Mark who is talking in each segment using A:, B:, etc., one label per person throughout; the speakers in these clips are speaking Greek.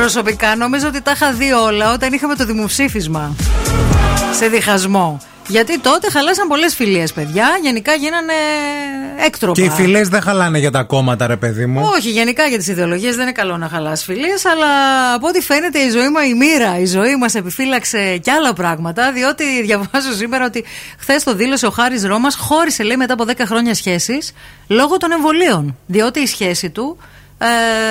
A: Προσωπικά νομίζω ότι τα είχα δει όλα όταν είχαμε το δημοψήφισμα. Σε διχασμό. Γιατί τότε χαλάσαν πολλές φιλίες, παιδιά. Γενικά γίνανε έκτροπα.
B: Και οι φιλέ δεν χαλάνε για τα κόμματα, ρε παιδί μου.
A: Όχι, γενικά για τις ιδεολογίες δεν είναι καλό να χαλάς φιλίες, αλλά από ό,τι φαίνεται η ζωή μα, η μοίρα, η ζωή μας επιφύλαξε και άλλα πράγματα. Διότι διαβάζω σήμερα ότι χθες το δήλωσε ο Χάρης Ρώμας, χώρισε λέει μετά από 10 χρόνια σχέσει λόγω των εμβολίων. Διότι η σχέση του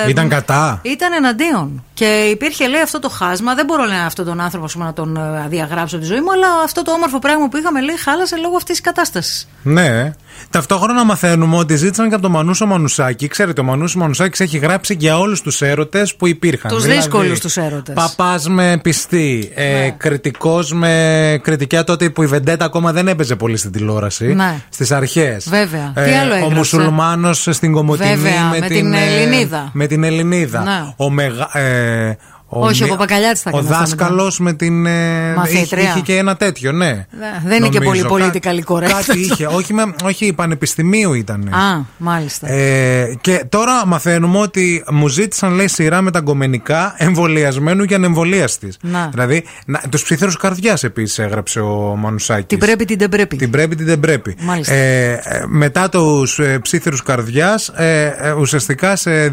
B: ε, ήταν κατά.
A: Ήταν εναντίον. Και υπήρχε λέει αυτό το χάσμα. Δεν μπορώ λέει, αυτόν τον άνθρωπο πούμε, να τον ε, διαγράψω τη ζωή μου, αλλά αυτό το όμορφο πράγμα που είχαμε λέει χάλασε λόγω αυτής της κατάστασης.
B: Ναι. Ταυτόχρονα μαθαίνουμε ότι ζήτησαν και από τον Μανούσο Μανουσάκη. Ξέρετε, ο Μανούσος Μανουσάκης έχει γράψει για όλους τους έρωτες που υπήρχαν.
A: Τους δηλαδή, δύσκολους τους έρωτες.
B: Παπάς με πιστή. Ε, ναι. Κριτικός με κριτικά τότε που η Βεντέτα ακόμα δεν έπαιζε πολύ στην τηλεόραση.
A: Ναι.
B: Στις αρχές.
A: Βέβαια. Ε, Τι άλλο έγραψε.
B: Ο Μουσουλμάνος στην Κομωτινή
A: Βέβαια, με, με, την, Ελληνίδα.
B: ε, Με την Ελληνίδα.
A: Ναι.
B: Ο μεγα, ε,
A: ο Όχι, ο Παπακαλιάτης θα
B: Ο δάσκαλος με την. Ε, είχε, είχε, και ένα τέτοιο, ναι. ναι
A: δεν είναι και πολύ πολιτικά correct.
B: Κάτι είχε. Ε, όχι, με, όχι, πανεπιστημίου ήταν.
A: Α, μάλιστα.
B: Ε, και τώρα μαθαίνουμε ότι μου ζήτησαν, λέει, σειρά μεταγκομενικά εμβολιασμένου και ανεμβολίαστης. Δηλαδή, του ψήθερου καρδιάς επίσης έγραψε ο Μανουσάκης.
A: Την πρέπει, την δεν πρέπει.
B: ε, Την πρέπει, την δεν πρέπει.
A: Μάλιστα.
B: Ε, μετά τους ε, ψήθερου καρδιάς, ε, ουσιαστικά σε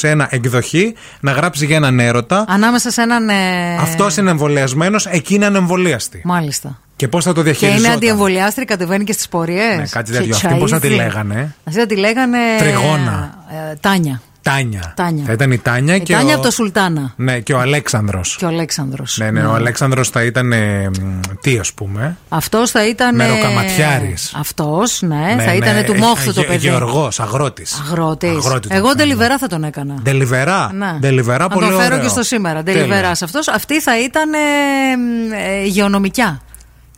B: 2021 εκδοχή να γράψει για έναν έρωτα.
A: Ανάμεσα σε έναν. Ε...
B: Αυτός είναι εμβολιασμένος, εκείνη είναι εμβολίαστη.
A: Μάλιστα.
B: Και πώς θα το διαχειριζόταν.
A: Και είναι αντιεμβολιάστρια, κατεβαίνει και στις πορείες.
B: Ναι, κάτι τέτοιο. Αυτή πώς θα τη λέγανε.
A: Αυτή θα τη λέγανε.
B: Τριγώνα.
A: Ε, τάνια.
B: Τάνια.
A: Τάνια.
B: Θα ήταν η Τάνια
A: η
B: και.
A: Τάνια
B: ο...
A: από το Σουλτάνα.
B: Ναι, και ο Αλέξανδρος.
A: Και ο Αλέξανδρος.
B: Ναι, ναι, ναι, ο Αλέξανδρος θα ήταν. Ε, τι ας πούμε.
A: Αυτός θα ήταν.
B: Μεροκαματιάρη.
A: Αυτός, ναι, ναι, θα ήταν
B: ε,
A: ναι. του μόχθου το παιδί.
B: Γεωργός, αγρότης. ναι.
A: Αγρότη. Εγώ ντελιβερά θα τον έκανα.
B: Ντελιβερά. Ντελιβερά, πολύ
A: ωραίο.
B: Το
A: φέρω και στο σήμερα. Ντελιβεράς αυτός. Αυτή θα ήταν ε, υγειονομικιά.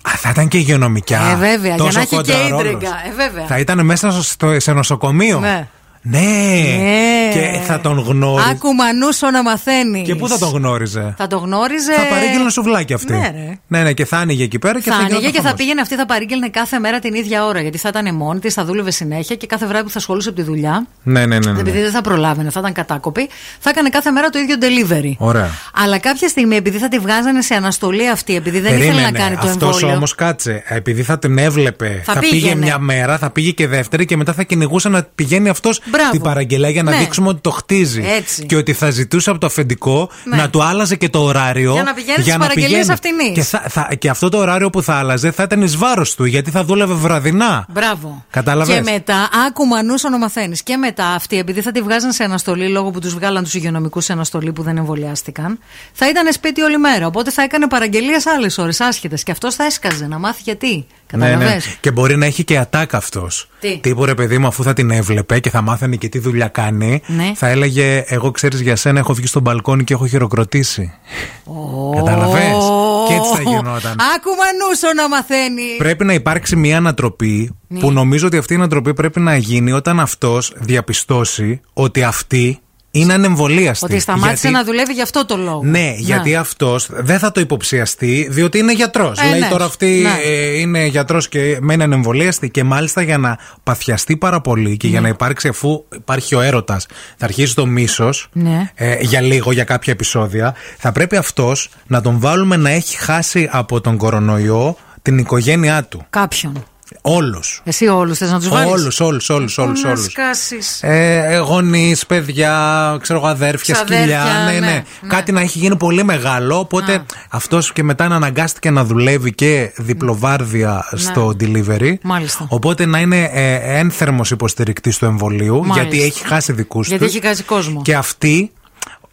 B: Α, θα ήταν και υγειονομικιά.
A: Ε, βέβαια, για να έχει και ίντριγκα. Ε, βέβαια.
B: Θα ήταν μέσα σε νοσοκομείο.
A: Ναι.
B: Ναι.
A: ναι.
B: Και θα τον γνώριζε.
A: Άκου μανούσο να μαθαίνει.
B: Και πού θα τον γνώριζε.
A: Θα τον γνώριζε.
B: Θα παρήγγελνε σουβλάκι αυτή.
A: Ναι, ρε.
B: ναι, ναι, και θα άνοιγε εκεί πέρα και
A: θα,
B: θα
A: άνοιγε και
B: χαμός.
A: θα πήγαινε αυτή, θα παρήγγελνε κάθε μέρα την ίδια ώρα. Γιατί θα ήταν μόνη της, θα δούλευε συνέχεια και κάθε βράδυ που θα σχολούσε από τη δουλειά.
B: Ναι, ναι, ναι. ναι.
A: Επειδή δεν θα προλάβαινε, θα ήταν κατάκοπη. Θα έκανε κάθε μέρα το ίδιο delivery.
B: Ωραία.
A: Αλλά κάποια στιγμή επειδή θα τη βγάζανε σε αναστολή αυτή, επειδή δεν
B: Περίμενε.
A: ήθελε να κάνει το εμβόλιο.
B: Αυτό όμως κάτσε. Ε, Επειδή θα την έβλεπε,
A: θα,
B: θα πήγε μια μέρα, θα πήγε και δεύτερη και μετά θα κυνηγούσε να πηγαίνει αυτός την παραγγελά για να
A: ναι.
B: δείξουμε ότι το χτίζει.
A: Έτσι.
B: Και ότι θα ζητούσε από το αφεντικό
A: ναι.
B: να του άλλαζε και το ωράριο.
A: Για να πηγαίνει στι παραγγελίε αυτινής.
B: Και, θα, θα, και αυτό το ωράριο που θα άλλαζε θα ήταν εις βάρος του, γιατί θα δούλευε βραδινά.
A: Μπράβο.
B: Κατάλαβες.
A: Και μετά, άκου μανούσο να μαθαίνει. Και μετά αυτοί, επειδή θα τη βγάζαν σε αναστολή λόγω που τους βγάλαν τους υγειονομικούς σε αναστολή που δεν εμβολιάστηκαν, θα ήταν σπίτι όλη μέρα. Οπότε θα έκανε παραγγελίες άλλες ώρες, άσχετες. Και αυτός θα έσκαζε να μάθει γιατί.
B: Ναι, ναι.
A: Καταλαβες.
B: Και μπορεί να έχει και ατάκ αυτός.
A: Τι?
B: Τύπου ρε παιδί μου, αφού θα την έβλεπε και θα μάθανε και τι δουλειά κάνει,
A: Ναι.
B: θα έλεγε: Εγώ ξέρεις για σένα, έχω βγει στο μπαλκόνι και έχω χειροκροτήσει.
A: Ω.
B: Καταλαβες. Και έτσι θα γινόταν.
A: Άκου μανούσο να μαθαίνει.
B: Πρέπει να υπάρξει μια ανατροπή
A: Ναι.
B: που νομίζω ότι αυτή η ανατροπή πρέπει να γίνει όταν αυτός διαπιστώσει ότι αυτή είναι ανεμβολίαστη.
A: Ότι σταμάτησε
B: Γιατί-
A: να δουλεύει για αυτό το λόγο.
B: Ναι, γιατί αυτός δεν θα το υποψιαστεί, διότι είναι γιατρός.
A: Ε,
B: Λέει
A: ναι.
B: τώρα αυτή
A: Ναι.
B: ε, είναι γιατρός και με έναν εμβολίαστη. Και μάλιστα για να παθιαστεί πάρα πολύ και για
A: Ναι.
B: να υπάρξει, αφού υπάρχει ο έρωτας, θα αρχίσει το μίσος
A: Ναι.
B: ε, για λίγο, για κάποια επεισόδια. Θα πρέπει αυτός να τον βάλουμε να έχει χάσει από τον κορονοϊό την οικογένειά του.
A: Κάποιον.
B: Όλους.
A: Εσύ όλους θες να τους βάλεις.
B: Όλους, όλους, όλους, όλου.
A: Να σκάσεις.
B: Ε, γονείς, παιδιά, ξέρω εγώ, αδέρφια,
A: Ξαδέρφια,
B: σκυλιά. Ναι, ναι,
A: ναι,
B: Κάτι να έχει γίνει πολύ μεγάλο. Οπότε αυτός και μετά να αναγκάστηκε να δουλεύει και διπλοβάρδια στο delivery.
A: Ναι. Μάλιστα.
B: Οπότε να είναι ε, ένθερμος υποστηρικτής του εμβολίου,
A: Μάλιστα.
B: γιατί έχει χάσει δικούς του.
A: Γιατί έχει χάσει κόσμο.
B: Και αυτή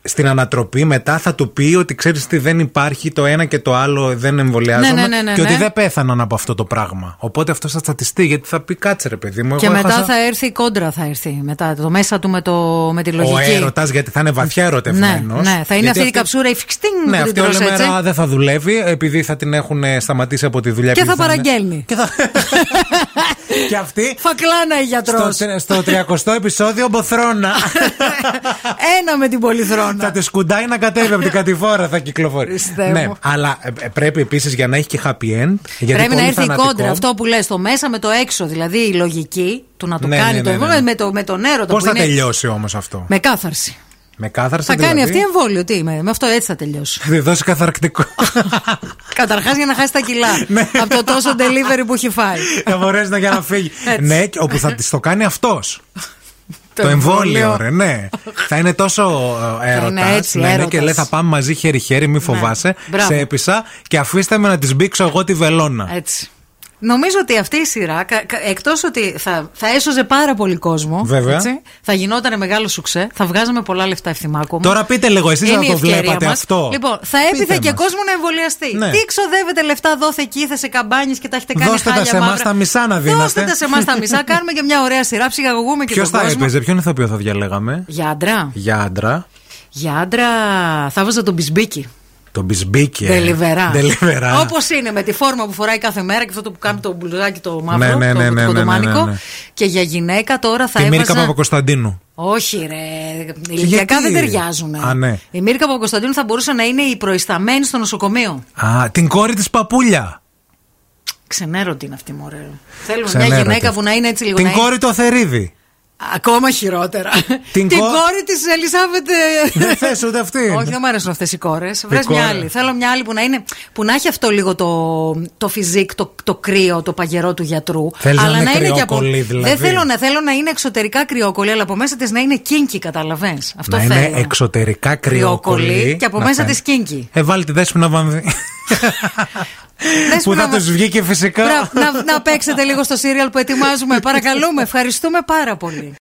B: στην ανατροπή μετά θα του πει ότι ξέρεις τι δεν υπάρχει το ένα και το άλλο δεν εμβολιάζομαι
A: Ναι, ναι, ναι, ναι,
B: και ότι
A: ναι.
B: δεν πέθαναν από αυτό το πράγμα. Οπότε αυτό θα στατιστεί γιατί θα πει κάτσε ρε παιδί μου.
A: Και
B: εγώ
A: μετά
B: έχασα-
A: θα έρθει η κόντρα, θα έρθει. Μετά το μέσα του με, το, με τη
B: ο
A: λογική.
B: έρωτας, γιατί θα είναι βαθιά
A: ναι,
B: ερωτευμένος.
A: ναι, θα είναι αυτή η καψούρα, η φιξτίνγκ
B: Ναι,
A: που την
B: αυτή όλη
A: τρως έτσι.
B: μέρα δεν θα δουλεύει, επειδή θα την έχουν ε, σταματήσει από τη δουλειά
A: Και
B: επειδή
A: θα
B: είναι-
A: παραγγέλνει.
B: Και, θα... και αυτή
A: Φακλάνα η γιατρός.
B: στο, στο 30ο επεισόδιο μποθρόνα.
A: Ένα με την πολυθρόνα.
B: θα τη σκουντάει να κατέβει από την κατηφόρα, θα κυκλοφορεί.
A: Χριστέ μου.
B: ναι, αλλά ε, ε, πρέπει επίσης για να έχει και happy end. Γιατί
A: Πρέπει να
B: πολύ
A: έρθει η
B: θανατικό-
A: κόντρα. Αυτό που λες το μέσα με το έξω. Δηλαδή η λογική του να το
B: Ναι,
A: κάνει
B: ναι, ναι,
A: το
B: ναι.
A: με, το, με τον έρωτα.
B: Πώς
A: που
B: θα
A: είναι-
B: τελειώσει όμως αυτό.
A: Με κάθαρση.
B: Με κάθαρση
A: Θα κάνει
B: δηλαδή.
A: αυτή εμβόλιο. Τι είμαι, με αυτό έτσι θα τελειώσει.
B: Θα τη δώσει καθαρκτικό.
A: Καταρχάς για να χάσει τα κιλά.
B: Ναι.
A: από το τόσο delivery που έχει φάει.
B: να μπορέσει να για να φύγει.
A: Έτσι.
B: ναι, και όπου θα της το κάνει αυτός. Το εμβόλιο, ρε, ναι. θα είναι τόσο ε, έρωτα.
A: είναι Ναι, έτσι, έρωτας. Ναι.
B: και λέει θα πάμε μαζί χέρι-χέρι, μη φοβάσαι.
A: Μπράβο. Ε,
B: Σε έπεισα και αφήστε με να της μπήξω εγώ τη βελόνα.
A: Έτσι. Νομίζω ότι αυτή η σειρά, εκτός ότι θα, θα έσωζε πάρα πολύ κόσμο.
B: Βέβαια.
A: Έτσι, θα γινόταν μεγάλο σουξέ, θα βγάζαμε πολλά λεφτά ευθυμάκο.
B: Τώρα πείτε λίγο, εσείς
A: Είναι
B: να
A: η
B: το
A: ευκαιρία
B: βλέπατε
A: μας.
B: αυτό.
A: Λοιπόν, θα
B: Πείτε
A: έπειθε και
B: μας.
A: κόσμο να εμβολιαστεί.
B: Ναι.
A: Τι ξοδεύετε λεφτά, δόθε εκεί, θα σε καμπάνιες και τα έχετε κάνει
B: Δώστε τα
A: χάλια
B: σε εμάς
A: μαύρα.
B: τα μισά να
A: Δώστε
B: δίνατε.
A: τα σε εμάς τα μισά, κάνουμε και μια ωραία σειρά, ψυχαγωγούμε και
B: Ποιος
A: τον
B: θα
A: κόσμο.
B: έπαιζε, ποιον ηθοποιό θα διαλέγαμε.
A: Για άντρα.
B: Για άντρα.
A: Για άντρα θα βάζα τον μπισμπίκι.
B: Τον Μπισμπίκη. ε.
A: Τελιβερά.
B: Τελιβερά.
A: Όπως είναι, με τη φόρμα που φοράει κάθε μέρα και αυτό το που κάνει το μπλουζάκι το μαύρο,
B: Ναι, ναι, ναι,
A: το,
B: ναι,
A: το
B: ναι,
A: κοντομάνικο.
B: ναι, ναι, ναι.
A: Και για γυναίκα τώρα θα
B: Τη Μίρικα
A: έβαζα.
B: Παπακοσταντίνου.
A: Όχι, ρε. Ηλικιακά δεν
B: γιατί?
A: ταιριάζουν.
B: Α, ναι.
A: Η Μίρικα Παπακοσταντίνου θα μπορούσε να είναι η προϊσταμένη στο νοσοκομείο.
B: Α, την κόρη της Παπούλια.
A: Ξενέρωτη είναι αυτή, μωρέ. Θέλουμε μια
B: Ξενέρωτη.
A: γυναίκα που να είναι έτσι λίγο.
B: Την
A: να είναι-
B: κόρη του Αθερίδη.
A: Ακόμα χειρότερα.
B: Την κο-
A: κόρη της Ελισάβετ. ε,
B: Δεν θες ούτε αυτήν.
A: Όχι, δεν μου αρέσουν αυτές οι κόρες. Βρε
B: κόρη.
A: μια άλλη. Θέλω μια άλλη που να, είναι, που να έχει αυτό λίγο το, το φιζίκ, το, το κρύο, το παγερό του γιατρού.
B: Θέλεις να
A: αλλά
B: είναι
A: και από.
B: κρυόκολλη, δηλαδή.
A: Δεν θέλω να, θέλω να είναι εξωτερικά κρυόκολλη, αλλά από μέσα της να είναι κίνκι, καταλαβέ. Αυτό
B: να
A: θέλω.
B: είναι εξωτερικά
A: Κρυόκολλη
B: κρυόκολλη.
A: και από
B: Να
A: μέσα
B: κάνει.
A: της κίνκι.
B: Ε, βάλει τη δέσποινα βαμβί. που
A: Δέσποινα
B: θα
A: Βα-
B: του βγήκε φυσικά.
A: Μπράβο, να, να παίξετε λίγο στο σύριαλ που ετοιμάζουμε. Παρακαλούμε. Ευχαριστούμε πάρα πολύ.